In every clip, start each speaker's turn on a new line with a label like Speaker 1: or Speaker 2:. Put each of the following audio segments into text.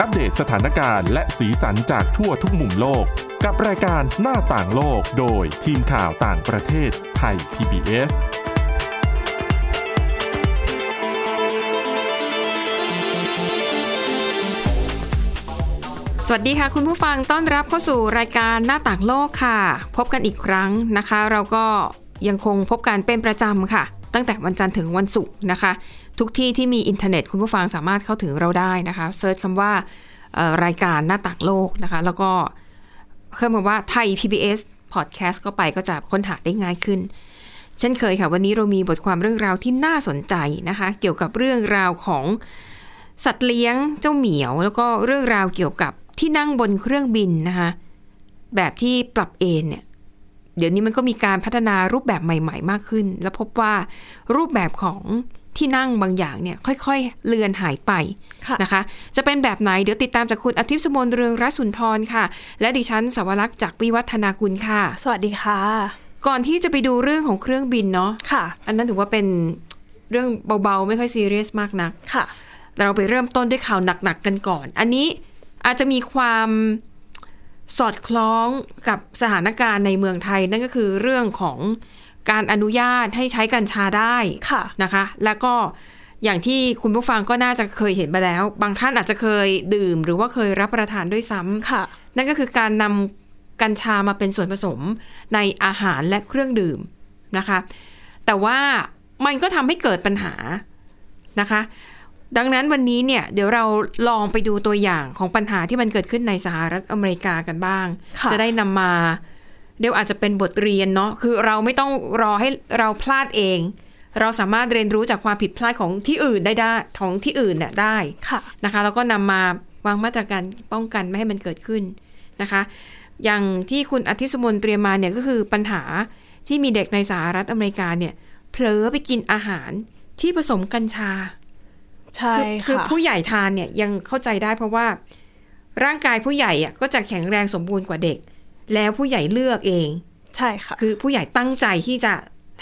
Speaker 1: อัปเดตสถานการณ์และสีสันจากทั่วทุกมุมโลก กับรายการหน้าต่างโลกโดยทีมข่าวต่างประเทศไทย PBS
Speaker 2: สวัสดีค่ะ คุณผู้ฟังต้อนรับเข้าสู่รายการหน้าต่างโลกค่ะ พบกันอีกครั้งนะคะ เราก็ยังคงพบกันเป็นประจำค่ะ ตั้งแต่วันจันทร์ถึงวันศุกร์นะคะ ทุกที่ที่มีอินเทอร์เน็ตคุณผู้ฟังสามารถเข้าถึงเราได้นะคะเซิร์ชคำว่าเอ่อรายการหน้าต่างโลกนะคะ แล้วก็เพิ่มมาว่าไทย PBS Podcast ก็ไปก็จะค้นหาได้ง่ายขึ้น เช่นเคยค่ะวันนี้เรามีบทความเรื่องราวที่น่าสนใจนะคะ เกี่ยวกับเรื่องราวของ สัตว์เลี้ยงเจ้าเหมียว แล้วก็เรื่องราวเกี่ยวกับที่นั่งบนเครื่องบินนะคะแบบที่ปรับเอนเนี่ยเดี๋ยวนี้มันก็มีการพัฒนารูปแบบใหม่ ๆ มากขึ้น แล้วพบว่ารูปแบบของที่นั่งบางอย่างเนี่ยค่อยๆ เลือนหายไป
Speaker 3: ค่ะ
Speaker 2: นะคะ จะเป็นแบบไหนเดี๋ยวติดตามจากคุณอาทิตย์สมนเรืองรัศนทรค่ะ และดิฉันสวรักษ์จากวิวัฒนาคุณค่ะ
Speaker 3: สวัสดีค่ะ
Speaker 2: ก่อนที่จะไปดูเรื่องของเครื่องบินเนาะ
Speaker 3: ค่ะ
Speaker 2: อันนั้นถือว่าเป็นเรื่องเบาๆไม่ค่อยซีเรียสมากนัก
Speaker 3: ค่ะ
Speaker 2: เราไปเริ่มต้นด้วยข่าวหนัก ๆ กันก่อน อันนี้อาจจะมีความสอดคล้องกับสถานการณ์ในเมืองไทย นั่นก็คือเรื่องของการอนุญาตให้ใช้กัญชาได้
Speaker 3: ค่ะ
Speaker 2: นะคะ แล้วก็อย่างที่คุณผู้ฟังก็น่าจะเคยเห็นมาแล้ว บางท่านอาจจะเคยดื่ม หรือว่าเคยรับประทานด้วยซ้ำ
Speaker 3: ค่ะ
Speaker 2: นั่นก็คือการนำกัญชามาเป็นส่วนผสมในอาหารและเครื่องดื่มนะคะ แต่ว่ามันก็ทำให้เกิดปัญหานะคะ ดังนั้นวันนี้เนี่ยเดี๋ยวเราลองไปดูตัวอย่างของปัญหาที่มันเกิดขึ้นในสหรัฐอเมริกากันบ้าง
Speaker 3: ค่ะ
Speaker 2: จะได้นำมาเดี๋ยวอาจจะเป็นบทเรียนเนาะคือเราไม่ต้องรอให้เราพลาดเอง เราสามารถเรียนรู้จากความผิดพลาดของที่อื่นได้ได้ของที่อื่นเนี่ยได้
Speaker 3: ค่ะ
Speaker 2: นะคะแล้วก็นำมาวางมาตรการป้องกันไม่ให้มันเกิดขึ้นนะคะ อย่างที่คุณอาทิตย์สมนเตรียมมาเนี่ยก็คือปัญหาที่มีเด็กในสหรัฐอเมริกาเนี่ยเผลอไปกินอาหารที่ผสมกัญชา
Speaker 3: ใช่
Speaker 2: คื
Speaker 3: ค่ะ
Speaker 2: คือผู้ใหญ่ทานเนี่ยยังเข้าใจได้เพราะว่าร่างกายผู้ใหญ่อะก็จะแข็งแรงสมบูรณ์กว่าเด็ก แล้วผู้ใหญ่เลือกเอง
Speaker 3: ใช่ค่ะ
Speaker 2: คือผู้ใหญ่ตั้งใจที่จะ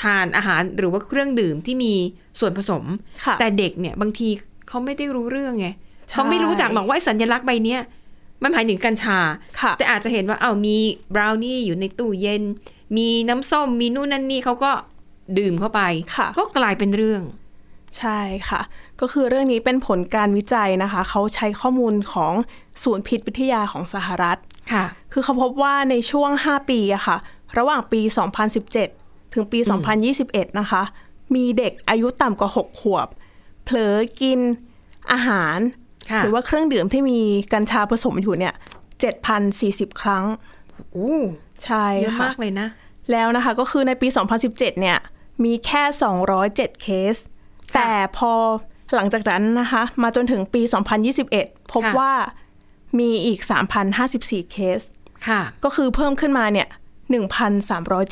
Speaker 2: ทานอาหารหรือว่าเครื่องดื่มที่มีส่วนผสม
Speaker 3: ค่ะ
Speaker 2: แต่เด็กเนี่ยบางทีเขาไม่ได้รู้เรื่องไง
Speaker 3: ใช่
Speaker 2: เขาไม่รู้จักหรอกว่าไอ้สัญลักษณ์ใบเนี้ยมันหมายถึงกัญชา
Speaker 3: ค่ะ
Speaker 2: แต่อาจจะเห็นว่าเอาวมีบราวนี่อยู่ในตู้เย็น มีน้ำส้มมีนู่นนั่นนี่เขาก็ดื่มเข้าไป
Speaker 3: ค่ะ
Speaker 2: ก็กลายเป็นเรื่อง
Speaker 3: ใช่ค่ะ ก็คือเรื่องนี้เป็นผลการวิจัยนะคะ เขาใช้ข้อมูลของศูนย์พิษวิทยาของสหรัฐ
Speaker 2: ค่ะ
Speaker 3: คือเขาพบว่าในช่วง 5 ปีอะค่ะ ระหว่างปี 2017 ถึงปี 2021 นะคะ มีเด็กอายุต่ำกว่า 6 ขวบ เผลอกินอาหาร
Speaker 2: ค่ะ
Speaker 3: หรือว่าเครื่องดื่มที่มีกัญชาผสมอยู่เนี่ย 7,040 ครั้ง
Speaker 2: โอ้
Speaker 3: ใช่
Speaker 2: เยอะ
Speaker 3: ค่ะ
Speaker 2: มากเลยนะ
Speaker 3: แล้วนะคะก็คือในปี 2017 เนี่ย มีแค่ 207 เคส
Speaker 2: ค่ะ
Speaker 3: แต่พอหลังจากนั้นนะคะ มาจนถึงปี 2021 พบ
Speaker 2: ค่ะ
Speaker 3: ว่ามีอีก 3,054 เคส
Speaker 2: ค่ะ
Speaker 3: ก็คือเพิ่มขึ้นมาเนี่ย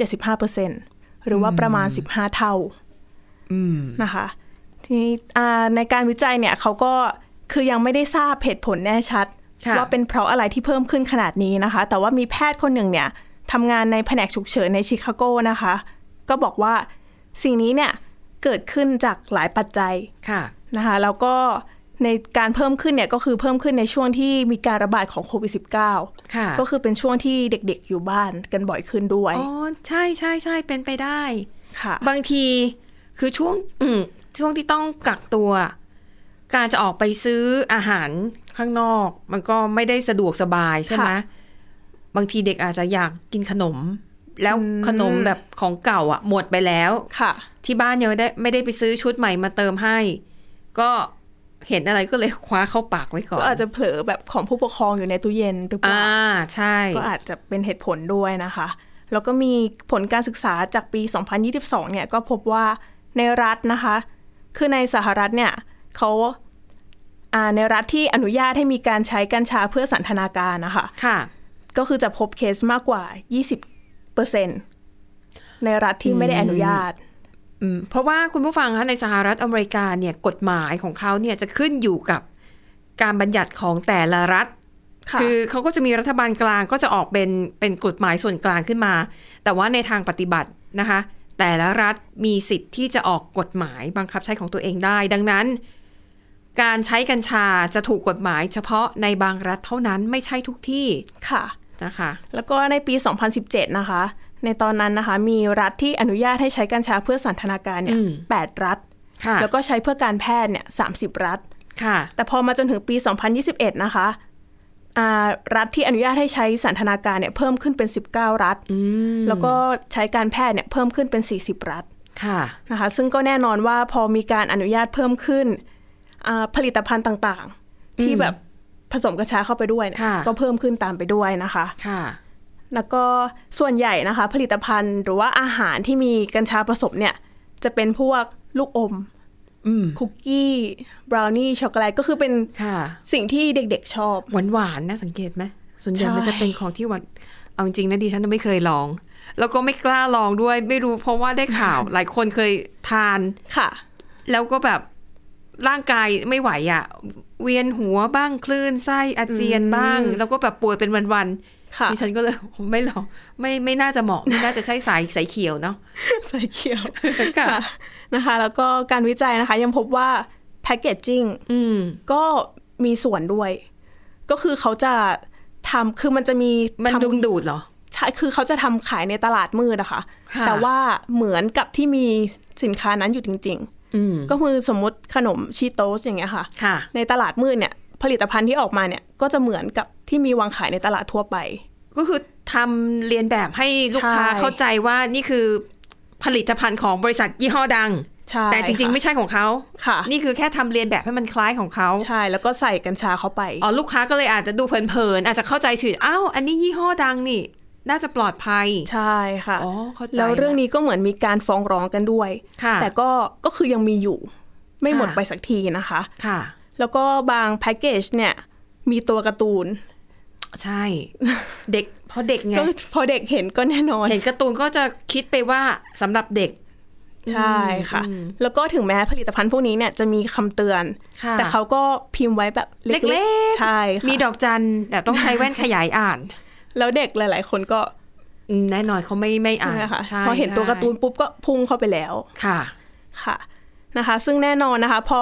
Speaker 3: 1,375%หรือว่าประมาณ 15 เท่า
Speaker 2: อืม
Speaker 3: นะคะทีนี้อ่าในการวิจัยเนี่ยเขาก็คือยังไม่ได้ทราบเหตุผลแน่ชัด
Speaker 2: ค่ะ
Speaker 3: ว่าเป็นเพราะอะไรที่เพิ่มขึ้นขนาดนี้นะคะ แต่ว่ามีแพทย์คนหนึ่งเนี่ยทำงานในแผนกฉุกเฉินในชิคาโกนะคะ ก็บอกว่าสิ่งนี้เนี่ยเกิดขึ้นจากหลายปัจจัย
Speaker 2: ค่ะ
Speaker 3: นะคะแล้วก็ในการเพิ่มขึ้นเนี่ยก็คือเพิ่มขึ้นในช่วงที่มีการระบาดของโควิด -19
Speaker 2: ค่ะ
Speaker 3: ก็คือเป็นช่วงที่เด็กๆอยู่บ้านกันบ่อยขึ้นด้วย
Speaker 2: อ๋อ ใช่ใช่ใช่เป็นไปได้
Speaker 3: ค่ะ
Speaker 2: บางทีคือช่วงอืมช่วงที่ต้องกักตัว การจะออกไปซื้ออาหารข้างนอก มันก็ไม่ได้สะดวกสบายใช่ไหม
Speaker 3: ค่ะ
Speaker 2: บางทีเด็กอาจจะอยากกินขนม แล้ว
Speaker 3: อืม
Speaker 2: ขนมแบบของเก่าอะ่ะ หมดไปแล้ว
Speaker 3: ค่ะ
Speaker 2: ที่บ้านยังไม่ได้ไม่ได้ไปซื้อชุดใหม่มาเติมให้ ก็เห็นอะไรก็เลยคว้าเข้าปากไว้ก่อ
Speaker 3: ก็
Speaker 2: น
Speaker 3: อาจจะเผลอแบบของผู้ปกครองอยู่ในตู้เย็นหรือเปล่า
Speaker 2: อ่าใช่
Speaker 3: ก็อาจจะเป็นเหตุผลด้วยนะคะ แล้วก็มีผลการศึกษาจากปี 2022 เนี่ยก็พบว่าในรัฐนะคะ คือในสหรัฐเนี่ยเขาอ่าในรัฐที่อนุญาตให้มีการใช้กัญชาเพื่อสันทนาการนะคะ
Speaker 2: ค่ะ
Speaker 3: ก็คือจะพบเคสมากกว่า 20%ในรัฐที่ไม่ได้อนุญาต
Speaker 2: อืมเพราะว่าคุณผู้ฟังคะในสหรัฐอเมริกาเนี่ยกฎหมายของเขาเนี่ยจะขึ้นอยู่กับการบัญญัติของแต่ละรัฐ
Speaker 3: ค่ะ
Speaker 2: คือเขาก็จะมีรัฐบาลกลางก็จะออกเป็นเป็นกฎหมายส่วนกลางขึ้นมา แต่ว่าในทางปฏิบัตินะคะ แต่ละรัฐมีสิทธิ์ที่จะออกกฎหมายบังคับใช้ของตัวเองได้ ดังนั้น การใช้กัญชาจะถูกกฎหมายเฉพาะในบางรัฐเท่านั้นไม่ใช่ทุกที่
Speaker 3: ค่ะ
Speaker 2: นะคะ
Speaker 3: แล้วก็ในปี 2017 นะคะ ในตอนนั้นนะคะ มีรัฐที่อนุญาตให้ใช้กัญชาเพื่อสันทนาการเนี่
Speaker 2: อื
Speaker 3: ย
Speaker 2: ม
Speaker 3: แปดรัฐ
Speaker 2: ค่ะ
Speaker 3: แล้วก็ใช้เพื่อการแพทย์เนี่ยสารัฐ
Speaker 2: ค่ะ
Speaker 3: แต่พอมาจนถึงปี 2021 นะคะอ่ารัฐที่อนุญาตให้ใช้สันทนาการเนี่ยเพิ่มขึ้นเป็น 19 รัฐ
Speaker 2: อืม
Speaker 3: แล้วก็ใช้การแพทย์เนี่ยเพิ่มขึ้นเป็น 40 รัฐ
Speaker 2: ค่ะ
Speaker 3: นะคะ ซึ่งก็แน่นอนว่าพอมีการอนุญาตเพิ่มขึ้นอ่าผลิตภัณฑ์ต่างๆ ที่
Speaker 2: อืม
Speaker 3: แบบผสมกัญชาเข้าไปด้วยเนี่ย
Speaker 2: ค่ะ
Speaker 3: ก็เพิ่มขึ้นตามไปด้วยนะคะ
Speaker 2: ค่ะ
Speaker 3: แล้วก็ส่วนใหญ่นะคะ ผลิตภัณฑ์หรือว่าอาหารที่มีกัญชาผสมเนี่ยจะเป็นพวกลูกอม
Speaker 2: อืม
Speaker 3: คุกกี้บราวนี่ช็อกโกแลตก็คือเป็น
Speaker 2: ค่ะ
Speaker 3: สิ่งที่เด็กๆชอบ
Speaker 2: หวานหวานๆนะสังเกตไหมส่วนใหญ่
Speaker 3: ใช่
Speaker 2: มันจะเป็นของที่หวานเอาจริงๆนะดิฉันไม่เคยลอง แล้วก็ไม่กล้าลองด้วย ไม่รู้เพราะว่าได้ข่าว หลายคนเคยทาน
Speaker 3: ค่ะ
Speaker 2: แล้วก็แบบร่างกายไม่ไหวอะ่ะ เวียนหัวบ้างคลื่นไส้อาเจียนบ้าง แล้วก็แบบป่วยเป็นวัน
Speaker 3: ค่ะ
Speaker 2: ๆดิฉันก็เลย ไม่ลองไม่ไม่น่าจะเหมาะไม่น่าจะใช่สายสายเขียวเนาะ
Speaker 3: ใส่เขียว
Speaker 2: ค่ะ
Speaker 3: นะคะ แล้วก็การวิจัยนะคะยังพบว่าแพ c เกจจิ้ง
Speaker 2: อืม
Speaker 3: ก็มีส่วนด้วย ก็คือเขาจะทำคือมันจะมี
Speaker 2: มัน
Speaker 3: ทำ
Speaker 2: ดึงดูดเหรอ
Speaker 3: ใช่คือเขาจะทำขายในตลาดมืดนะคะ
Speaker 2: ค่ะ
Speaker 3: แต่ว่าเหมือนกับที่มีสินค้านั้นอยู่จริง ๆ
Speaker 2: อืม
Speaker 3: ก็คือสมมติขนมชีโตสอย่างเงี้ยค่ะ
Speaker 2: ค่ะ
Speaker 3: ในตลาดมืดเนี่ย ผลิตภัณฑ์ที่ออกมาเนี่ย ก็จะเหมือนกับที่มีวางขายในตลาดทั่วไป
Speaker 2: ก็คือทำเรียนแบบให้ลูกค้า
Speaker 3: ใช่
Speaker 2: เข้าใจว่านี่คือผลิตภัณฑ์ของบริษัทยี่ห้อดัง
Speaker 3: ใช่
Speaker 2: แต่จริง ๆ
Speaker 3: ค่ะ
Speaker 2: ไม่ใช่ของเขา
Speaker 3: ค่ะ
Speaker 2: นี่คือแค่ทำเรียนแบบให้มันคล้ายของเขา
Speaker 3: ใช่แล้วก็ใส่กัญชาเข้าไป
Speaker 2: อ๋อลูกค้าก็เลยอาจจะดูเผินๆอาจจะเข้าใจผิดอ้าวอันนี้ยี่ห้อดังนี่ น่าจะปลอดภัย
Speaker 3: ใช่ค่ะ
Speaker 2: อ๋อเข้าใจ
Speaker 3: แล้วเรื่อง
Speaker 2: ะ
Speaker 3: นี้ก็เหมือนมีการฟ้องร้องกันด้วย
Speaker 2: ค่ะ
Speaker 3: แต่ก็ก็คือยังมีอยู่ ไม่หมด
Speaker 2: ค่ะ
Speaker 3: ไปสักทีนะคะ
Speaker 2: ค่ะ
Speaker 3: แล้วก็บางแพ็กเกจเนี่ย มีตัวการ์ตูน
Speaker 2: ใช่ เด็กเพราะเด็กไง
Speaker 3: ก็พอเด็กเห็นก็แน่นอน
Speaker 2: เห็นการ์ตูนก็จะคิดไปว่าสำหรับเด็ก
Speaker 3: ใช่ค่ะ แล้วก็ถึงแม้ผลิตภัณฑ์พวกนี้เนี่ยจะมีคำเตือน
Speaker 2: ค่ะ
Speaker 3: แต่เขาก็พิมพ์ไว้แบบ
Speaker 2: เล็กๆ
Speaker 3: ใช่ค่ะ
Speaker 2: มีดอกจันแต่ต้องใช้แว่นขยาย อ่าน
Speaker 3: แล้วเด็กหลาย ๆ คนก็
Speaker 2: อืมแน่นอนเขาไม่ไม่อ่าน
Speaker 3: ใช่ไหมคะ
Speaker 2: ใช่
Speaker 3: พอเห็นตัวการ์ตูนปุ๊บก็พุ่งเข้าไปแล้ว
Speaker 2: ค่ะ
Speaker 3: ค่ะนะคะ ซึ่งแน่นอนนะคะ พอ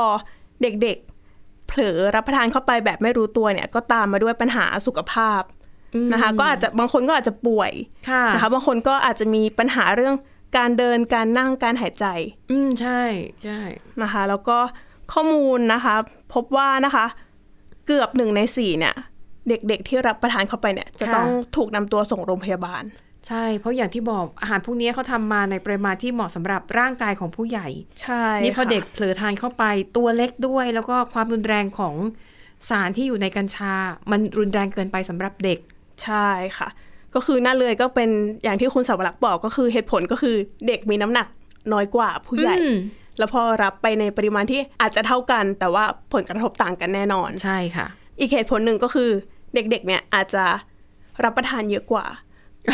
Speaker 3: เด็กๆ เผลอรับประทานเข้าไปแบบไม่รู้ตัวเนี่ย ก็ตามมาด้วยปัญหาสุขภาพนะคะ ก็อาจจะบางคนก็อาจจะป่วย
Speaker 2: ค่ะ
Speaker 3: นะคะบางคนก็อาจจะมีปัญหาเรื่องการเดินการนั่งการหายใจ
Speaker 2: อืมใช่ใช่
Speaker 3: นะคะแล้วก็ข้อมูลนะคะพบว่านะคะเกือบหนึ่งในสี่เนี่ยเด็กๆที่รับประทานเข้าไปเนี่ยจะต้องถูกนำตัวส่งโรงพยาบาล
Speaker 2: ใช่ เพราะอย่างที่บอกอาหารพวกนี้เขาทำมาในปริมาณที่เหมาะสำหรับร่างกายของผู้ใหญ่
Speaker 3: ใช่
Speaker 2: นี่พอ
Speaker 3: ค่ะ
Speaker 2: เด็กเผลอทานเข้าไปตัวเล็กด้วย แล้วก็ความรุนแรงของสารที่อยู่ในกัญชา มันรุนแรงเกินไปสำหรับเด็ก
Speaker 3: ใช่ค่ะ ก็คือนั่นเลยก็เป็นอย่างที่คุณสาวรักษ์บอกก็คือเหตุผลก็คือเด็กมีน้ำหนักน้อยกว่าผู้ใหญ่
Speaker 2: อืม
Speaker 3: แล้วพอรับไปในปริมาณที่อาจจะเท่ากัน แต่ว่าผลกระทบต่างกันแน่นอน
Speaker 2: ใช่ค่ะ
Speaker 3: อีกเหตุผลหนึ่งก็คือเด็กๆ เนี่ยอาจจะรับประทานเยอะกว่า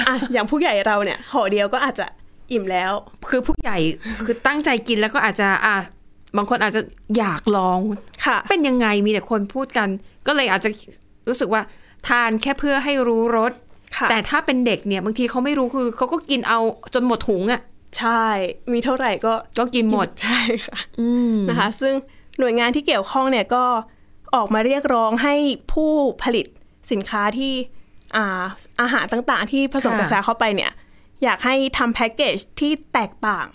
Speaker 3: อ่ะ อย่างผู้ใหญ่เราเนี่ยห่อเดียวก็อาจจะอิ่มแล้ว
Speaker 2: คือผู้ใหญ่ คือตั้งใจกินแล้วก็อาจจะอ่ะบางคนอาจจะอยากลอง
Speaker 3: ค่ะ
Speaker 2: เป็นยังไงมีแต่คนพูดกัน ก็เลยอาจจะรู้สึกว่าทานแค่เพื่อให้รู้รส
Speaker 3: ค่ะ
Speaker 2: แต่ถ้าเป็นเด็กเนี่ยบางทีเขาไม่รู้คือเขาก็กินเอาจนหมดถุงอะ่ะ
Speaker 3: ใช่มีเท่าไหร่ก็
Speaker 2: ก็กินหมด
Speaker 3: ใช่ค่ะ
Speaker 2: อืม
Speaker 3: นะคะ ซึ่งหน่วยงานที่เกี่ยวข้องเนี่ยก็ออกมาเรียกร้องให้ผู้ผลิตสินค้าที่อาอาหารต่างๆ ที่ผสมกัญชาเข้าไปเนี่ย อยากให้ทำแพ็กเกจที่แตกต่าง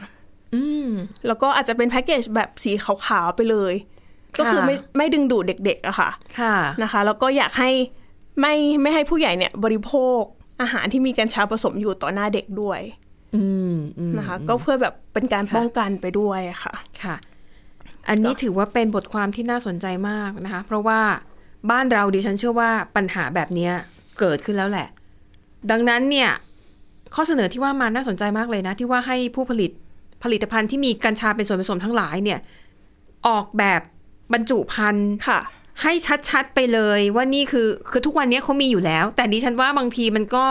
Speaker 2: อืม
Speaker 3: แล้วก็อาจจะเป็นแพ็กเกจแบบสีขาวๆไปเลย
Speaker 2: ค่ะ
Speaker 3: ก็คือไม่ไม่ดึงดูดเด็กๆอะค่ะ
Speaker 2: ค่ะ
Speaker 3: นะคะ แล้วก็อยากให้ไม่ไม่ให้ผู้ใหญ่เนี่ยบริโภคอาหารที่มีกัญชาผสมอยู่ต่อหน้าเด็กด้วย
Speaker 2: อืมอืม
Speaker 3: นะคะก็เพื่อแบบเป็นการ
Speaker 2: ค่ะ
Speaker 3: ป้องกันไปด้วยอะค่ะ
Speaker 2: ค่ะ อันนี้ถือว่าเป็นบทความที่น่าสนใจมากนะคะ เพราะว่าบ้านเราดิฉันเชื่อว่าปัญหาแบบเนี้ยเกิดขึ้นแล้วแหละ ดังนั้นเนี่ย ข้อเสนอที่ว่ามาน่าสนใจมากเลยนะ ที่ว่าให้ผู้ผลิตผลิตภัณฑ์ที่มีกัญชาเป็นส่วนผสมทั้งหลายเนี่ย ออกแบบบรรจุภัณฑ์
Speaker 3: ค่ะ
Speaker 2: ให้ชัดๆไปเลยว่านี่คือคือทุกวันนี้เขามีอยู่แล้ว แต่ดิฉันว่าบางทีมันก็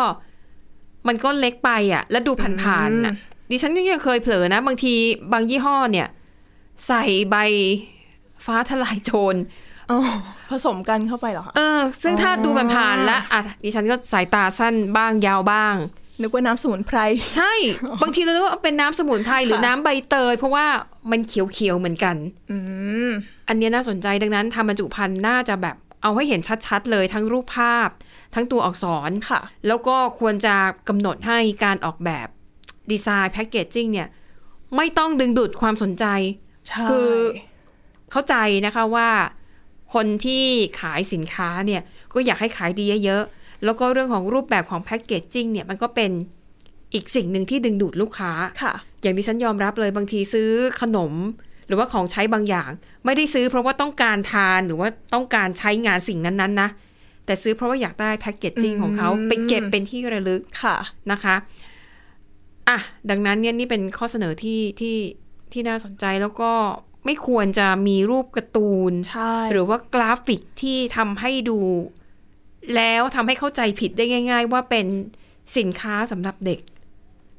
Speaker 2: มันก็เล็กไปอะ่ะ แล้วดูผ่านๆน่ะดิฉันก็ยังเคยเผลอนะ บางทีบางยี่ห้อเนี่ย ใส่ใบฟ้าทลายโจร
Speaker 3: ผสมกันเข้าไปเหรอคะ
Speaker 2: เออ ซึ่งถ้าดูผ่านๆแล้วอ่ะดิฉันก็สายตาสั้นบ้างยาวบ้าง
Speaker 3: นึกว่าน้ำสมุนไพร
Speaker 2: ใช่ บางทีเราคิดว่าเป็นน้ำสมุนไพรหรือ
Speaker 3: ค่ะ
Speaker 2: น้ำใบเตย เพราะว่ามันเขียวๆเหมือนกัน
Speaker 3: อืม
Speaker 2: อันเนี้ยน่าสนใจดังนั้นทำบรรจุภัณฑ์น่าจะแบบเอาให้เห็นชัดๆ เลยทั้งรูปภาพ ทั้งตัวอักษร
Speaker 3: ค่ะ
Speaker 2: แล้วก็ควรจะกำหนดให้การออกแบบดีไซน์แพ c เกจจิ้งเนี่ย ไม่ต้องดึงดูดความสนใจ
Speaker 3: ใช่
Speaker 2: คือ เข้าใจนะคะว่าคนที่ขายสินค้าเนี่ยก็อยากให้ขายดีเยอะๆ แล้วก็เรื่องของรูปแบบของแพ c เกจจิ้งเนี่ยมันก็เป็นอีกสิ่งหนึ่งที่ดึงดูดลูกค้า
Speaker 3: ค่ะ
Speaker 2: อย่างที่ฉันยอมรับเลยบางทีซื้อขนม หรือว่าของใช้บางอย่าง ไม่ได้ซื้อเพราะว่าต้องการทานหรือว่าต้องการใช้งานสิ่งนั้นๆนะแต่ซื้อเพราะว่าอยากได้แพ็กเกจจิ้งของเขา
Speaker 3: อืม
Speaker 2: ไปเก็บเป็นที่ระลึก
Speaker 3: ค่ะ
Speaker 2: นะคะอ่ะดังนั้นเนี่ยนี่เป็นข้อเสนอที่ที่ที่น่าสนใจแล้วก็ไม่ควรจะมีรูปการ์ตูน
Speaker 3: ใช่
Speaker 2: หรือว่ากราฟิกที่ทำให้ดู แล้วทำให้เข้าใจผิดได้ง่าย ๆ ว่าเป็นสินค้าสำหรับเด็ก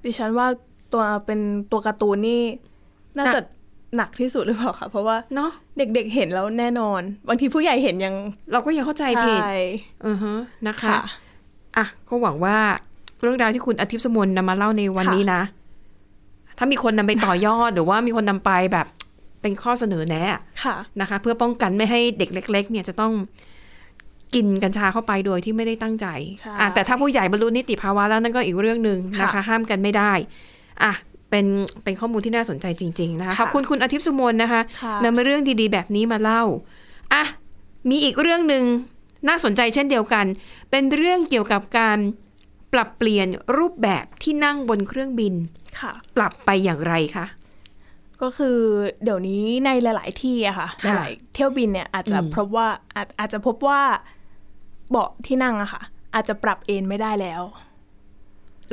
Speaker 3: ดิฉันว่าตัวเป็นตัวการ์ตูนนี่ น่าจะหนักที่สุดหรือเปล่าคะเพราะว่า
Speaker 2: เนาะ
Speaker 3: เด็กๆเห็นแล้วแน่นอน บางทีผู้ใหญ่เห็นยัง
Speaker 2: เราก็ยังเข้าใจผิด
Speaker 3: ใช่
Speaker 2: อือฮะนะคะ
Speaker 3: ค่ะ
Speaker 2: อ่ะ ก็หวังว่าเรื่องราวที่คุณอาทิตย์สมนนำมาเล่าในวันนี้นะ ถ้ามีคนนำไปต่อยอด หรือว่ามีคนนำไปแบบเป็นข้อเสนอแนะ
Speaker 3: ค่ะ
Speaker 2: นะคะ เพื่อป้องกันไม่ให้เด็กเล็ก ๆ เนี่ยจะต้องกินกัญชาเข้าไปโดยที่ไม่ได้ตั้งใจ
Speaker 3: ใช่
Speaker 2: อ่ะแต่ถ้าผู้ใหญ่บรรลุนิติภาวะแล้วนั่นก็อีกเรื่องหนึ่งนะคะ
Speaker 3: ค่ะ
Speaker 2: ห้ามกันไม่ได้อ่ะเป็นเป็นข้อมูลที่น่าสนใจจริง ๆ นะคะข
Speaker 3: ค่ะ
Speaker 2: อบคุณคุณอาทิตย์สุมนนะคะ
Speaker 3: ค่ะ
Speaker 2: นำเรื่องดีๆ แบบนี้มาเล่าอ่ะ มีอีกเรื่องหนึ่งน่าสนใจเช่นเดียวกัน เป็นเรื่องเกี่ยวกับการปรับเปลี่ยนรูปแบบที่นั่งบนเครื่องบิน
Speaker 3: ค่ะ
Speaker 2: ปรับไปอย่างไรคะ
Speaker 3: ก็คือเดี๋ยวนี้ในหลาย ๆ ที่อะค่ะห
Speaker 2: ค่ะ
Speaker 3: ลายๆเที่ยวบินเนี่ยอาจจะ
Speaker 2: อืม
Speaker 3: พบว่าอาจอาจจะพบว่าเบาะที่นั่งอะค่ะ อาจจะปรับเอนไม่ได้แล้ว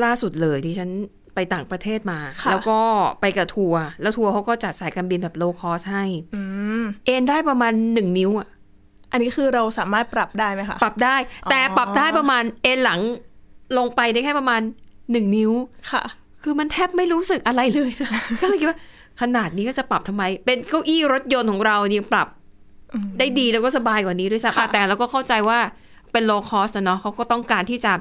Speaker 2: ล่าสุดเลยที่ฉันไปต่างประเทศมา
Speaker 3: ค่ะ
Speaker 2: แล้วก็ไปกับทัวร์แล้วทัวร์เขาก็จัดสายการบินแบบโลคอสให้
Speaker 3: อืม
Speaker 2: เอนได้ประมาณหนึ่งนิ้วอะ
Speaker 3: อันนี้คือเราสามารถปรับได้ไหมคะ
Speaker 2: ปรับได้ แต่
Speaker 3: อ๋อ
Speaker 2: ปรับได้ประมาณเอนหลังลงไปได้แค่ประมาณหนึ่งนิ้ว
Speaker 3: ค่ะ
Speaker 2: คือมันแทบไม่รู้สึกอะไรเลยนะ ก็เลยคิดว่าขนาดนี้ก็จะปรับทำไม เป็นเก้าอี้รถยนต์ของเรายังปรับ
Speaker 3: อืม
Speaker 2: ได้ดีแล้วก็สบายกว่านี้ด้วยซ้ำ
Speaker 3: ค่ะ
Speaker 2: อ่ะแต่เราก็เข้าใจว่าเป็นโลคอสเนาะเขาก็ต้องการที่จะ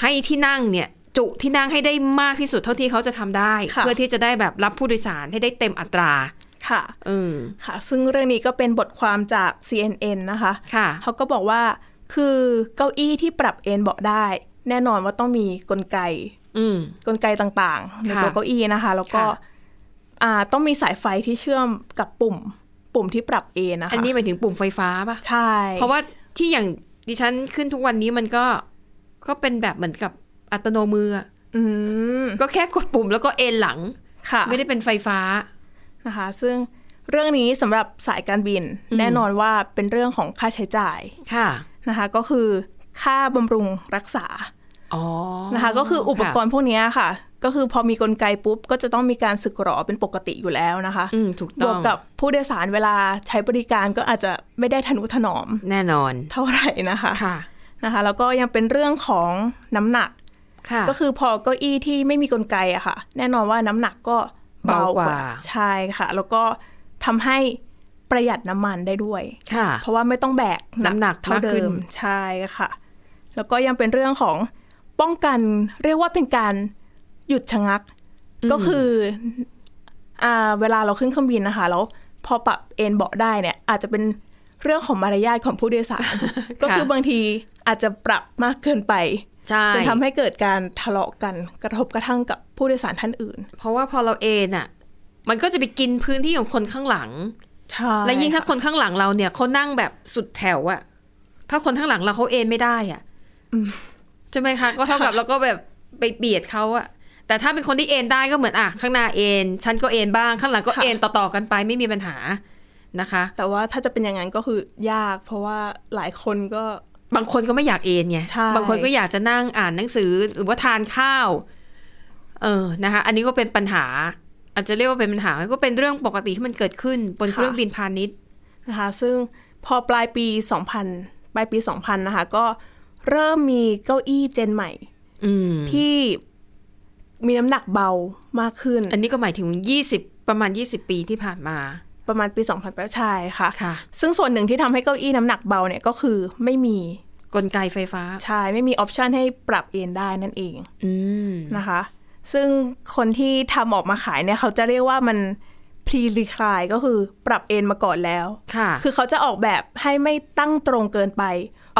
Speaker 2: ให้ที่นั่งเนี่ย จุที่นั่งให้ได้มากที่สุดเท่าที่เขาจะทำได้ เพื่อที่จะได้แบบรับผู้โดยสารให้ได้เต็มอัตรา
Speaker 3: ค่ะ
Speaker 2: เออ
Speaker 3: ค่ะ ซึ่งเรื่องนี้ก็เป็นบทความจาก CNN นะคะ
Speaker 2: ค่ะ
Speaker 3: เขาก็บอกว่าคือเก้าอี้ที่ปรับเอนเบาะได้ แน่นอนว่าต้องมีกลไก
Speaker 2: อืม
Speaker 3: กลไกต่างๆในตัว
Speaker 2: ค่ะ
Speaker 3: เก้าอี้นะคะ แล้วก็
Speaker 2: ค่ะ
Speaker 3: อ่าต้องมีสายไฟที่เชื่อมกับปุ่ม ปุ่มที่ปรับเอนนะคะ
Speaker 2: อันนี้หมายถึงปุ่มไฟฟ้าปะ
Speaker 3: ใช่
Speaker 2: เพราะว่าที่อย่างดิฉันขึ้นทุกวันนี้มันก็ก็เป็นแบบเหมือนกับอัตโนมืออะ
Speaker 3: อืม
Speaker 2: ก็แค่กดปุ่มแล้วก็เอนหลัง
Speaker 3: ค่ะ
Speaker 2: ไม่ได้เป็นไฟฟ้า
Speaker 3: นะคะ ซึ่งเรื่องนี้สำหรับสายการบิน
Speaker 2: อืม
Speaker 3: แน่นอนว่าเป็นเรื่องของค่าใช้จ่าย
Speaker 2: ค่ะ
Speaker 3: นะคะ ก็คือค่าบำรุงรักษา
Speaker 2: อ๋อ
Speaker 3: นะคะ ก็คืออุปกร
Speaker 2: ค่ะ
Speaker 3: ณ์พวกเนี้ยค่ะ ก็คือพอมีกลไกปุ๊บ ก็จะต้องมีการสึกหรอเป็นปกติอยู่แล้วนะคะ
Speaker 2: อืม ถูก
Speaker 3: บ
Speaker 2: ต้
Speaker 3: ว
Speaker 2: อก ง
Speaker 3: กับผู้โดยสารเวลาใช้บริการก็อาจจะไม่ได้ทนุถนอม
Speaker 2: แน่นอน
Speaker 3: เท่าไหร่นะคะ
Speaker 2: ค่ะ
Speaker 3: นะคะแล้วก็ยังเป็นเรื่องของน้ำหนัก
Speaker 2: ค่ะ
Speaker 3: ก็คือพอเก้าอี้ที่ไม่มีกลไกอะค่ะ แน่นอนว่าน้ำหนักก็เบา
Speaker 2: เบาก กว่า
Speaker 3: ว่าใช่ค่ะ แล้วก็ทำให้ประหยัดน้ำมันได้ด้วย
Speaker 2: ค่ะ
Speaker 3: เพราะว่าไม่ต้องแบก
Speaker 2: น้ำหนัก
Speaker 3: เท่า
Speaker 2: มา
Speaker 3: เดิ
Speaker 2: กขึ้น
Speaker 3: มใช่ค่ะ แล้วก็ยังเป็นเรื่องของป้องกันเรียกว่าเป็นการหยุดชะงัก ก็คืออ่าเวลาเราขึ้นเครื่องบินนะคะแล้วพอปรับเอนเบาะได้เนี่ย อาจจะเป็นเรื่องของมารยาทของผู้โดย สาร ก็คือบางทีอาจจะปรับมากเกินไป
Speaker 2: ใช่
Speaker 3: จนทำให้เกิดการทะเลาะกันกระทบกระทั่งกับผู้โดยสารท่านอื่น
Speaker 2: เพราะว่าพอเราเอนอ่ะ มันก็จะไปกินพื้นที่ของคนข้างหลัง
Speaker 3: ใช่
Speaker 2: และยิ่งถ้าคนข้างหลังเราเนี่ยเขานั่งแบบสุดแถวอะถ้าคนข้างหลังเราเขาเอนไม่ได้อะใช่ไหมคะ ก็เท่ากับเราก็แบบไปเบียดเขาอะแต่ถ้าเป็นคนที่เอนได้ก็เหมือนอ่ะ ข้างหน้าเอนฉันก็เอนบ้างข้างหลังก็เอนต่อๆกันไปไม่มีปัญหานะคะ
Speaker 3: แต่ว่าถ้าจะเป็นอย่างนั้นก็คือยาก เพราะว่าหลายคนก็
Speaker 2: บางคนก็ไม่อยากเอนไง
Speaker 3: ใช่
Speaker 2: บางคนก็อยากจะนั่งอ่านหนังสือหรือว่าทานข้าว เออ นะคะ อันนี้ก็เป็นปัญหา อาจจะเรียกว่าเป็นปัญหา ก็เป็นเรื่องปกติที่มันเกิดขึ้นบนเครื่องบินพาณิชย์
Speaker 3: นะคะซึ่งพอปลายปี 2000 ปลายปี 2000 นะคะก็เริ่มมีเก้าอี้เจนใหม่
Speaker 2: อืม
Speaker 3: ที่มีน้ำหนักเบามากขึ้น
Speaker 2: อันนี้ก็หมายถึงยี่สิบประมาณยี่สิบปีที่ผ่านมา
Speaker 3: ประมาณปี 2000ประชายค่ะ
Speaker 2: ค่ะ
Speaker 3: ซึ่งส่วนหนึ่งที่ทำให้เก้าอี้น้ำหนักเบาเนี่ยก็คือไม่มี
Speaker 2: กลไกไฟฟ้า
Speaker 3: ใช่ไม่มีออปชันให้ปรับเอนได้นั่นเอง
Speaker 2: อืม
Speaker 3: นะคะ ซึ่งคนที่ทำออกมาขายเนี่ยเขาจะเรียกว่ามัน pre recline ก็คือปรับเอนมาก่อนแล้ว
Speaker 2: ค่ะ
Speaker 3: คือเขาจะออกแบบให้ไม่ตั้งตรงเกินไป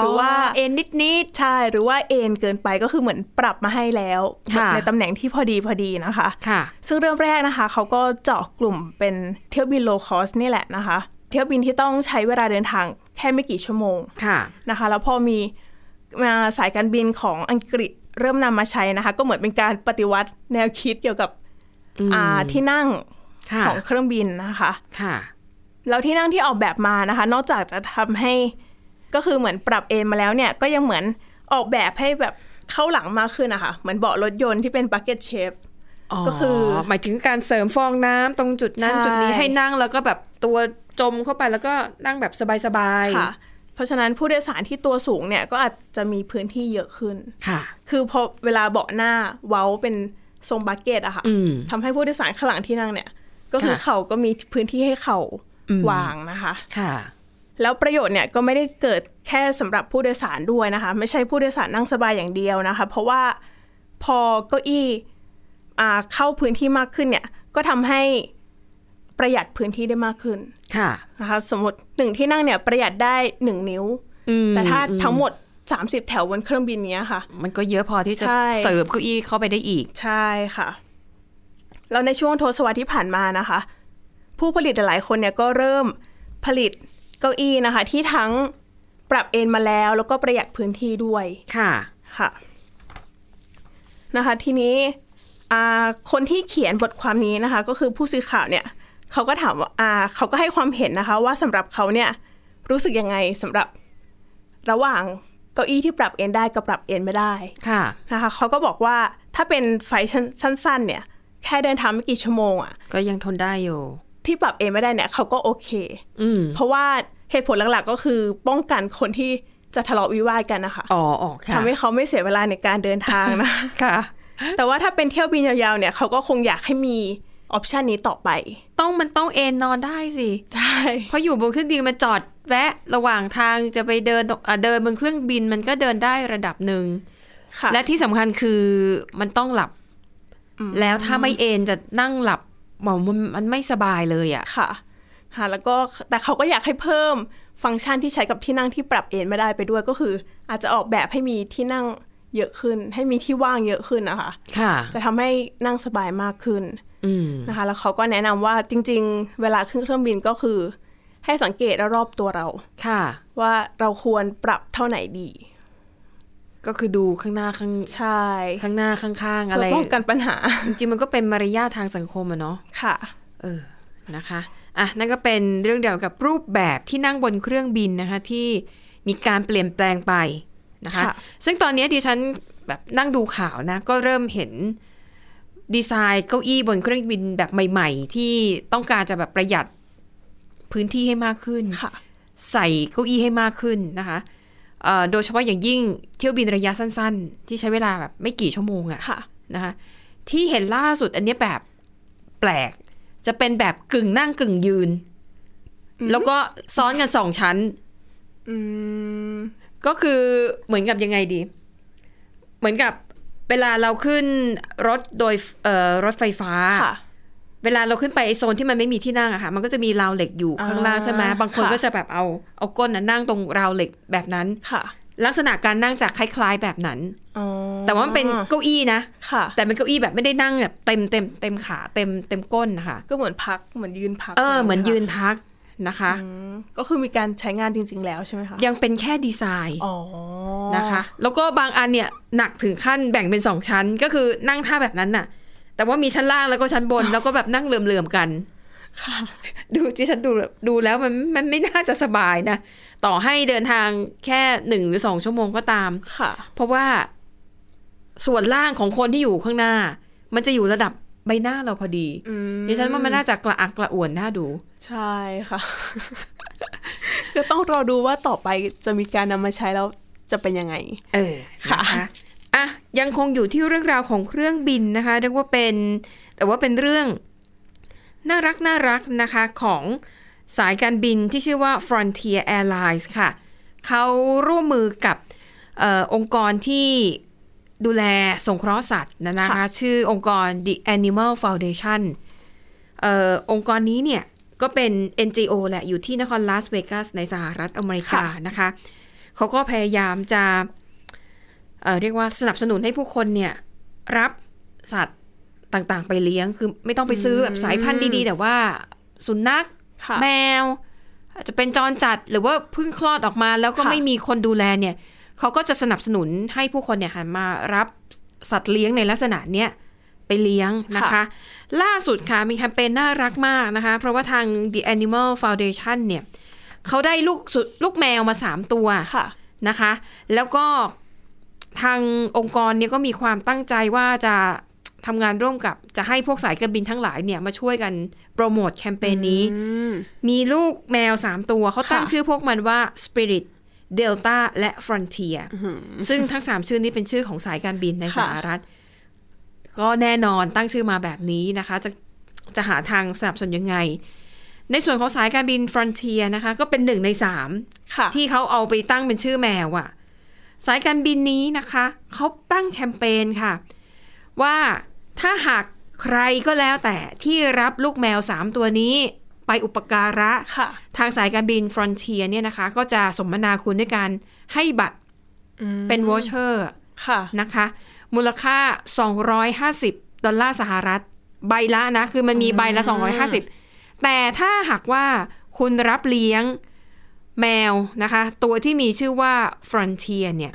Speaker 3: หรือว่า
Speaker 2: เอ็นนิดนิด
Speaker 3: ใช่หรือว่าเอนเกินไปก็คือเหมือนปรับมาให้แล้ว
Speaker 2: ค่ะ
Speaker 3: ในตำแหน่งที่พอดีพอดีนะคะ
Speaker 2: ๆค่ะ
Speaker 3: ซึ่งเริ่มแรกนะคะเขาก็เจาะกลุ่มเป็นเที่ยวบินโลคอสนี่แหละนะคะ เที่ยวบินที่ต้องใช้เวลาเดินทางแค่ไม่กี่ชั่วโมง
Speaker 2: ค่ะ
Speaker 3: นะคะ แล้วพอมีมาสายการบินของอังกฤษเริ่มนำมาใช้นะคะ ก็เหมือนเป็นการปฏิวัติแนวคิดเกี่ยวกับอ่าที่นั่ง
Speaker 2: ค่ะ
Speaker 3: ของเครื่องบินนะคะ
Speaker 2: ค่ะ
Speaker 3: แล้วที่นั่งที่ออกแบบมานะคะ นอกจากจะทำให้ก็คือเหมือนปรับเอนมาแล้วเนี่ย ก็ยังเหมือนออกแบบให้แบบเข้าหลังมากขึ้นนะคะเหมือนเบาะรถยนต์ที่เป็นบักเก็ตเชฟ ก็คืออ๋
Speaker 2: หมายถึงการเสริมฟองน้ำตรงจุดนั้น
Speaker 3: ใช่
Speaker 2: จุดนี้ให้นั่งแล้วก็แบบตัวจมเข้าไปแล้วก็นั่งแบบสบายๆ
Speaker 3: ค่ะ เพราะฉะนั้นผู้โดยสารที่ตัวสูงเนี่ยก็อาจจะมีพื้นที่เยอะขึ้น
Speaker 2: ค่ะ
Speaker 3: คือพอเวลาเบาะหน้าเว้าเป็นทรงบักเก็ตอะค่ะ
Speaker 2: อืม
Speaker 3: ทำให้ผู้โดยสารข้างหลังที่นั่งเนี่ย ก็คือ
Speaker 2: ค่ะ
Speaker 3: เขาก็มีพื้นที่ให้เขาวางนะคะ
Speaker 2: ค่ะ
Speaker 3: แล้วประโยชน์เนี่ยก็ไม่ได้เกิดแค่สำหรับผู้โดยสารด้วยนะคะ ไม่ใช่ผู้โดยสารนั่งสบายอย่างเดียวนะคะ เพราะว่าพอเก้าอี้อ่าเข้าพื้นที่มากขึ้นเนี่ยก็ทำให้ประหยัดพื้นที่ได้มากขึ้น
Speaker 2: ค่ะ
Speaker 3: นะคะ สมมติหนึ่งที่นั่งเนี่ยประหยัดได้หนึ่งนิ้ว
Speaker 2: อืม
Speaker 3: แต่ถ้าทั้งหมด 30 แถวบนเครื่องบินเนี้ยค่ะ
Speaker 2: มันก็เยอะพอที่จะ
Speaker 3: ใช่
Speaker 2: เสริมเก้าอี้เข้าไปได้อีก
Speaker 3: ใช่ค่ะ แล้วในช่วงทศวรรษที่ผ่านมานะคะ ผู้ผลิตหลายๆคนเนี่ยก็เริ่มผลิตเก้าอี้นะคะ ที่ทั้งปรับเอนมาแล้ว แล้วก็ประหยัดพื้นที่ด้วย
Speaker 2: ค่ะ
Speaker 3: ค่ะนะคะ ทีนี้อ่าคนที่เขียนบทความนี้นะคะ ก็คือผู้สื่อข่าวเนี่ยเขาก็ถามว่าอ่าเขาก็ให้ความเห็นนะคะ ว่าสำหรับเขาเนี่ยรู้สึกยังไงสำหรับระหว่างเก้าอี้ที่ปรับเอนได้กับปรับเอนไม่ได้
Speaker 2: ค่ะ
Speaker 3: นะคะเขาก็บอกว่าถ้าเป็นไฟล์ชั้นสั้น ๆ เนี่ย แค่เดินทางไม่กี่ชั่วโมงอะ
Speaker 2: ก็ยังทนได้อยู่
Speaker 3: ที่ปรับเองไม่ได้เนี่ยเขาก็โอเค
Speaker 2: อืม
Speaker 3: เพราะว่าเหตุผลหลักๆก็คือป้องกันคนที่จะทะเลาะวิวาทกันนะคะ
Speaker 2: อ๋ออ๋อค่ะ
Speaker 3: ทำให้เขาไม่เสียเวลาในการเดินทางนะ
Speaker 2: ค่ะ
Speaker 3: แต่ว่าถ้าเป็นเที่ยวบินยาวๆเนี่ยเขาก็คงอยากให้มีออปชันนี้ต่อไป
Speaker 2: ต้องมันต้องเอนนอนได้สิ
Speaker 3: ใช่
Speaker 2: เพราะอยู่บนเครื่องบินมันจอดแวะระหว่างทางจะไปเดินอ่ะเดินบนเครื่องบินมันก็เดินได้ระดับหนึ่ง
Speaker 3: ค่ะ
Speaker 2: และที่สำคัญคือมันต้องหลับ
Speaker 3: อืม
Speaker 2: แล้วถ้าไม่เอนจะนั่งหลับหมอมันมันไม่สบายเลยอะ่ะ
Speaker 3: ค่ะค่ะ แล้วก็แต่เขาก็อยากให้เพิ่มฟังก์ชันที่ใช้กับที่นั่งที่ปรับเอนไม่ได้ไปด้วยก็คือ อาจจะออกแบบให้มีที่นั่งเยอะขึ้น ให้มีที่ว่างเยอะขึ้นนะคะ
Speaker 2: ค่ะ
Speaker 3: จะทำให้นั่งสบายมากขึ้น
Speaker 2: อืม
Speaker 3: นะคะ แล้วเขาก็แนะนำว่าจริง ๆ เวลาขึ้นเครื่องบินก็คือ ให้สังเกตรอบๆตัวเรา
Speaker 2: ค่ะ
Speaker 3: ว่าเราควรปรับเท่าไหนดี
Speaker 2: ก็คือดูข้างหน้าข้าง
Speaker 3: ใช่
Speaker 2: ข้างหน้าข้างๆ
Speaker 3: เพื่
Speaker 2: อะไร
Speaker 3: อป้องกันปัญหา
Speaker 2: จริงๆมันก็เป็นมารยาททางสังคมอะเนาะ
Speaker 3: ค่ะ
Speaker 2: เออ นะคะ อ่ะ นั่นก็เป็นเรื่องเดียวกับรูปแบบที่นั่งบนเครื่องบินนะคะ ที่มีการเปลี่ยนแปลงไปนะคะ
Speaker 3: ค่ะ
Speaker 2: ซึ่งตอนนี้ดิฉันแบบนั่งดูข่าวนะ ก็เริ่มเห็นดีไซน์เก้าอี้บนเครื่องบินแบบใหม่ ๆ ที่ต้องการจะแบบประหยัดพื้นที่ให้มากขึ้น
Speaker 3: ค่ะ
Speaker 2: ใส่เก้าอี้ให้มากขึ้นนะคะเอ่อโดยเฉพาะอย่างยิ่งเที่ยวบินระยะสั้น ๆ ที่ใช้เวลาแบบไม่กี่ชั่วโมงอะ
Speaker 3: ค่ะ
Speaker 2: นะคะที่เห็นล่าสุดอันเนี้ยแบบแปลก จะเป็นแบบกึ่งนั่งกึ่งยืน แล้วก็ซ้อนกันสองชั้น
Speaker 3: อืม
Speaker 2: ก็คือเหมือนกับยังไงดี เหมือนกับเวลาเราขึ้นรถโดยเอ่อรถไฟฟ้า
Speaker 3: ค่ะ
Speaker 2: เวลาเราขึ้นไปไอโซนที่มันไม่มีที่นั่งอะค่ะ มันก็จะมีราวเหล็กอยู่ข้างล่างใช่ไหม
Speaker 3: อ่า
Speaker 2: บางคน
Speaker 3: ค่ะ
Speaker 2: ก็จะแบบเอาเอาก้นนะนั่งตรงราวเหล็กแบบนั้น
Speaker 3: ค่ะ
Speaker 2: ลักษณะการนั่งจะคล้าย ๆแบบนั้น
Speaker 3: อ๋อ
Speaker 2: แต่ว่ามันเป็นเก้าอี้นะ
Speaker 3: ค่ะ
Speaker 2: แต่เป็นเก้าอี้แบบไม่ได้นั่งแบบเต็มเต็มเต็มขาเต็มเต็มก้นนะคะ
Speaker 3: ก็เหมือนพักเหมือนยืนพัก
Speaker 2: เออเหมือนยื
Speaker 3: ะ
Speaker 2: นพักนะคะ
Speaker 3: คะอืมก็คือมีการใช้งานจริง ๆ แล้วใช่ไหมคะ
Speaker 2: ยังเป็นแค่ดีไซน์
Speaker 3: อ๋อ
Speaker 2: นะคะ แล้วก็บางอันเนี่ยหนักถึงขั้นแบ่งเป็นสองชั้น ก็คือนั่งท่าแบบนั้นน่ะ แต่ว่ามีชั้นล่างแล้วก็ชั้น บน แล้วก็แบบนั่งเหลื่อมๆกัน
Speaker 3: ค่ะ
Speaker 2: ดูที่ฉันดูแบบดูแล้วมันมันไม่น่าจะสบายนะ ต่อให้เดินทางแค่หนึ่งหรือสองชั่วโมงก็ตาม
Speaker 3: ค่ะ
Speaker 2: เพราะว่าส่วนล่างของคนที่อยู่ข้างหน้า มันจะอยู่ระดับใบหน้าเราพอดี
Speaker 3: อืม
Speaker 2: ดิฉันว่ามันน่าจะกระอักกระอ่วนน่าดู
Speaker 3: ใช่ค่ะ ก็ต้องรอดูว่าต่อไปจะมีการนำมาใช้แล้วจะเป็นยังไง
Speaker 2: เออ
Speaker 3: ค่ะ
Speaker 2: นอ่ะ ยังคงอยู่ที่เรื่องราวของเครื่องบินนะคะ เรียกว่าเป็น แต่ว่าเป็นเรื่องน่ารักน่ารักนะคะของสายการบินที่ชื่อว่า Frontier Airlines ค่ะ เขาร่วมมือกับ เออองค์กรที่ดูแลสงเคราะห์สัตว์นะนะคะ
Speaker 3: ค่ะ
Speaker 2: ชื่อองค์กร The Animal Foundation เอ่อองค์กรนี้เนี่ยก็เป็น NGO แหละอยู่ที่นครลาสเวกัสในสหรัฐอเมริกานะคะ เขาก็พยายามจะเอ่อเรียกว่าสนับสนุนให้ผู้คนเนี่ยรับสัตว์ต่างๆ ไปเลี้ยง คือไม่ต้องไปซื้อแบบสายพันธุ์ดีๆ แต่ว่าสุนัข
Speaker 3: ค่ะ
Speaker 2: แมวอาจจะเป็นจรจัดหรือว่าเพิ่งคลอดออกมา แล้วก็
Speaker 3: ค่ะ
Speaker 2: ไม่มีคนดูแลเนี่ยเขาก็จะสนับสนุนให้ผู้คนเนี่ยหันมารับสัตว์เลี้ยงในลักษณะเนี้ยไปเลี้ยงนะคะ ล่าสุดค่ะมีแคมเปญน่ารักมากนะคะ เพราะว่าทาง The Animal Foundation เนี่ยเขาได้ลูกสุลูกแมวมา 3 ตัว
Speaker 3: ค่ะ
Speaker 2: นะคะ แล้วก็ทางองค์กรเนี่ยก็มีความตั้งใจว่าจะทำงานร่วมกับจะให้พวกสายการบินทั้งหลายเนี่ยมาช่วยกันโปรโมทแคมเปญนี้ มีลูกแมว 3 ตัวเขาตั้ง
Speaker 3: ค่ะ
Speaker 2: ชื่อพวกมันว่า Spirit Delta และ Frontier ซึ่งทั้ง 3 ชื่อนี้เป็นชื่อของสายการบินในสหรัฐ ก็แน่นอนตั้งชื่อมาแบบนี้นะคะ จะจะหาทางสนับสนุนยังไง ในส่วนของสายการบิน Frontier นะคะ ก็เป็นหนึ่งในสาม
Speaker 3: ค่ะ
Speaker 2: ที่เขาเอาไปตั้งเป็นชื่อแมวอะสายการบินนี้นะคะ เขาตั้งแคมเปญค่ะ ว่าถ้าหากใครก็แล้วแต่ที่รับลูกแมว 3 ตัวนี้ไปอุปการะ
Speaker 3: ค่ะ
Speaker 2: ทางสายการบิน Frontier เนี่ยนะคะ ก็จะสมนาคุณด้วยการให้บัตร
Speaker 3: อืม
Speaker 2: เป็น v o เชอร์
Speaker 3: ค่ะ
Speaker 2: นะคะ มูลค่า 250 ดอลลาร์สหรัฐ ใบละนะ คือมันมีใบละ 250 แต่ถ้าหากว่าคุณรับเลี้ยง แมวนะคะ ตัวที่มีชื่อว่า Frontier เนี่ย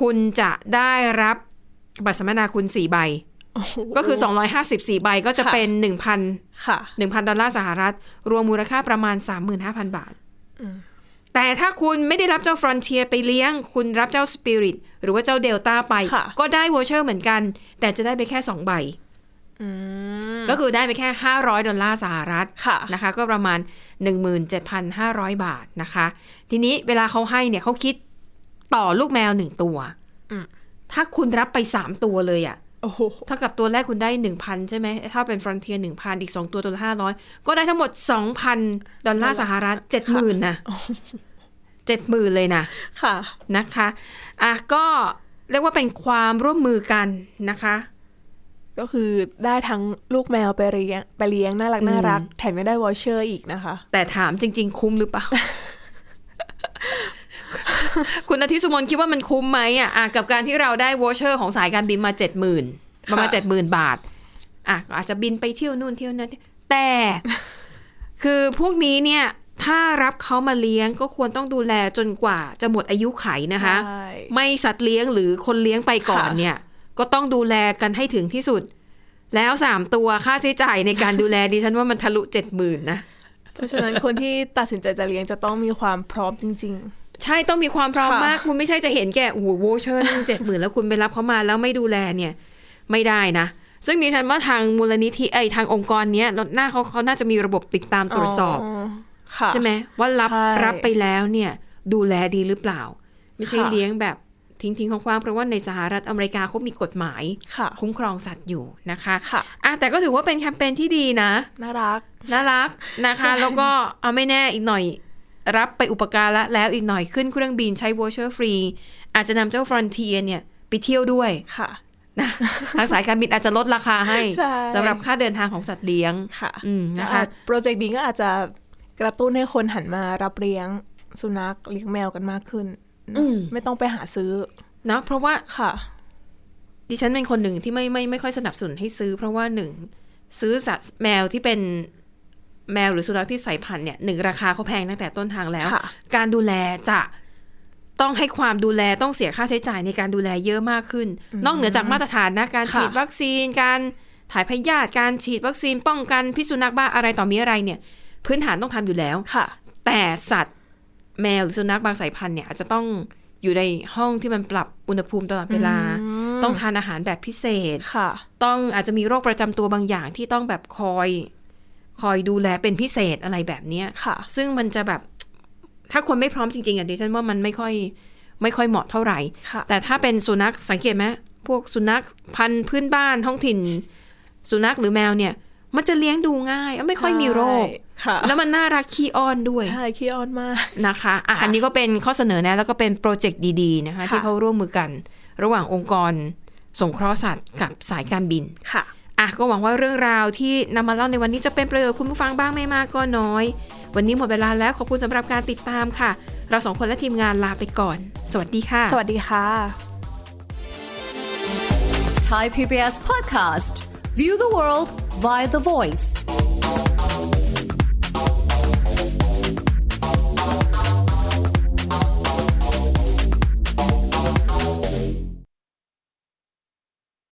Speaker 2: คุณจะได้รับบัตรสมนาคุณ 4 ใบ ก็คือ 254 ใบก็จะ
Speaker 3: ค่ะ
Speaker 2: เป็น 1,000
Speaker 3: ค่ะ
Speaker 2: 1,000 ดอลลาร์สหรัฐ รวมมูลค่าประมาณ 35,000 บาท แต่ถ้าคุณไม่ได้รับเจ้า Frontier ไปเลี้ยง คุณรับเจ้า Spirit หรือว่าเจ้า Delta ไป
Speaker 3: ค่ะ
Speaker 2: ก็ได้วอเชอร์เหมือนกัน แต่จะได้ไปแค่ 2 ใบ
Speaker 3: อืม
Speaker 2: ก็คือได้ไปแค่ 500 ดอลลาร์สหรัฐ
Speaker 3: ค่ะ
Speaker 2: นะคะก็ประมาณ 17,500 บาทนะคะ ทีนี้เวลาเขาให้เนี่ยเขาคิดต่อลูกแมวหนึ่งตัว
Speaker 3: อืม
Speaker 2: ถ้าคุณรับไปสามตัวเลยอะ่ะ
Speaker 3: โอ้โห
Speaker 2: เท่ากับตัวแรกคุณได้หนึ่งพันใช่ไหมถ้าเป็น Frontier หนึ่งพันอีกสองตัวตัวละห้าร้อยก็ได้ทั้งหมดสองพันดอลลาร์สหรัฐเจ็ดหมื่นนะเจ็ดหมื่นเลยนะ
Speaker 3: ค่ะ
Speaker 2: นะคะอ่ะก็เรียกว่าเป็นความร่วมมือกันนะคะ
Speaker 3: ก็คือได้ทั้งลูกแมวไปเลี้ยงไปเลี้ยงน่ารัก
Speaker 2: อืม
Speaker 3: น่ารักแถมยังได้วอเชอร์อีกนะคะ
Speaker 2: แต่ถามจริง ๆ คุ้มหรือเปล่า คุณอาทิตย์สุมนคิดว่ามันคุ้มไหมอ่ะอ่ะกับการที่เราได้วอเชอร์ของสายการบินมาเจ็ดหมื่นประมาณ
Speaker 3: ค่ะ
Speaker 2: เจ็ดหมื่นบาท อ่ะก็อาจจะบินไปเที่ยวนู่นเที่ยวนั้น แต่ คือพวกนี้เนี่ย ถ้ารับเขามาเลี้ยงก็ควรต้องดูแลจนกว่าจะหมดอายุไขนะคะ
Speaker 3: ใช่
Speaker 2: ไม่สัตว์เลี้ยงหรือคนเลี้ยงไปก่อน
Speaker 3: ค่ะ
Speaker 2: เนี่ย ก็ต้องดูแลกันให้ถึงที่สุด แล้วสามตัวค่าใช้จ่ายในการดูแลดิฉันว่ามันทะลุเจ็ดหมื่นนะ
Speaker 3: เพราะฉะนั้นคนที่ตัดสินใจจะเลี้ยงจะต้องมีความพร้อมจริง
Speaker 2: ใช่ต้องมีความพร้อม
Speaker 3: ค่ะ
Speaker 2: มาก คุณไม่ใช่จะเห็นแก่โอ้โหโวเชอร์นึงเจ็ดหมื่นแล้วคุณไปรับเขามาแล้วไม่ดูแลเนี่ย ไม่ได้นะ ซึ่งดิฉันว่าทางมูลนิธิไอยทางองค์กรเนี้ยหน้าเขาเขาน่าจะมีระบบติดตาม
Speaker 3: ๆ
Speaker 2: ตรวจสอบ
Speaker 3: ค่ะ
Speaker 2: ใช่ไหมว่ารับ
Speaker 3: ใช่
Speaker 2: รับไปแล้วเนี่ยดูแลดีหรือเปล่า ไม่ใช่
Speaker 3: ค่ะ
Speaker 2: เลี้ยงแบบทิ้งทิ้งๆคว้างๆเพราะว่าในสหรัฐอเมริกาเขามีกฎหมาย
Speaker 3: ค่ะ
Speaker 2: คุ้มครองสัตว์อยู่นะคะ
Speaker 3: ค่ะ
Speaker 2: อ่ะแต่ก็ถือว่าเป็นแคมเปญที่ดีนะ
Speaker 3: น่ารัก
Speaker 2: น่ารักนะคะ แล้วก็เอาไม่แน่อีกหน่อย รับไปอุปการะแล้วอีกหน่อยขึ้นเครื่องบินใช้วอเชอร์ฟรี อาจจะนำเจ้าฟรอนเทียเนี่ย ไปเที่ยวด้วย
Speaker 3: ค่ะ
Speaker 2: นะทางสายการบินอาจจะลดราคาให้
Speaker 3: ใช่
Speaker 2: สำหรับค่าเดินทางของสัตว์เลี้ยง
Speaker 3: ค่ะ
Speaker 2: อืมนะคะ
Speaker 3: อาจโปรเจกต์นี้ก็อาจจะกระตุ้นให้คนหันมารับเลี้ยงสุนัขเลี้ยงแมวกันมากขึ้น
Speaker 2: อืม
Speaker 3: ไม่ต้องไปหาซื้อ
Speaker 2: เนอะเพราะว่า
Speaker 3: ค่ะ
Speaker 2: ดิฉันเป็นคนหนึ่งที่ไม่ไม่ไม่ค่อยสนับสนุนให้ซื้อ เพราะว่าหนึ่งซื้อสัตว์แมวที่เป็นแมวหรือสุนัขที่สายพันธุ์เนี่ยหนึ่งราคาเขาแพงตั้งแต่ต้นทางแล้ว
Speaker 3: ค่ะ
Speaker 2: การดูแลจะต้องให้ความดูแลต้องเสียค่าใช้จ่ายในการดูแลเยอะมากขึ้น นอกเหนือจากมาตรฐานนะการ
Speaker 3: ค่ะ
Speaker 2: ฉีดวัคซีน การถ่ายพยาธิการฉีดวัคซีนป้องกันพิษสุนัขบ้าอะไรต่อมีอะไรเนี่ย พื้นฐานต้องทำอยู่แล้ว
Speaker 3: ค่ะ
Speaker 2: แต่สัตว์แมวหรือสุนัขบางสายพันธุ์เนี่ยอาจจะต้องอยู่ในห้องที่มันปรับอุณหภูมิตลอดเวลา
Speaker 3: อืม
Speaker 2: ต้องทานอาหารแบบพิเศษ
Speaker 3: ค่ะ
Speaker 2: ต้องอาจจะมีโรคประจำตัวบางอย่างที่ต้องแบบคอย คอยดูแลเป็นพิเศษอะไรแบบเนี้ย
Speaker 3: ค่ะ
Speaker 2: ซึ่งมันจะแบบถ้าคนไม่พร้อมจริงๆอ่ะดิฉันว่ามันไม่ค่อยไม่ค่อยเหมาะเท่าไหร่
Speaker 3: ค่ะ
Speaker 2: แต่ถ้าเป็นสุนัขสังเกตไหมพวกสุนัขพันธุ์พื้นบ้านท้องถิ่น สุนัขหรือแมวเนี่ย มันจะเลี้ยงดูง่ายไม่ค่อยมีโรค
Speaker 3: ใช่ค่ะ
Speaker 2: แล้วมันน่ารักขี้อ้อนด้วย
Speaker 3: ใช่ขี้อ้อนมาก
Speaker 2: นะคะอ่ะอันนี้ก็เป็นข้อเสนอแนะแล้วก็เป็นโปรเจกต์ดีๆนะคะ
Speaker 3: ค่ะ
Speaker 2: ที่เขาร่วมมือกัน ระหว่างองค์กรสงเคราะห์สัตว์กับสายการบิน
Speaker 3: ค่ะ
Speaker 2: อ่ะก็หวังว่าเรื่องราวที่นำมาเล่าในวันนี้จะเป็นประโยชน์คุณผู้ฟังบ้างไม่มากก็น้อย วันนี้หมดเวลาแล้วขอบคุณสำหรับการติดตามค่ะ เราสองคนและทีมงานลาไปก่อน สวัสดีค่ะ
Speaker 3: สวัสดีค่ะ
Speaker 4: Thai PBS podcast. View the world via the voice.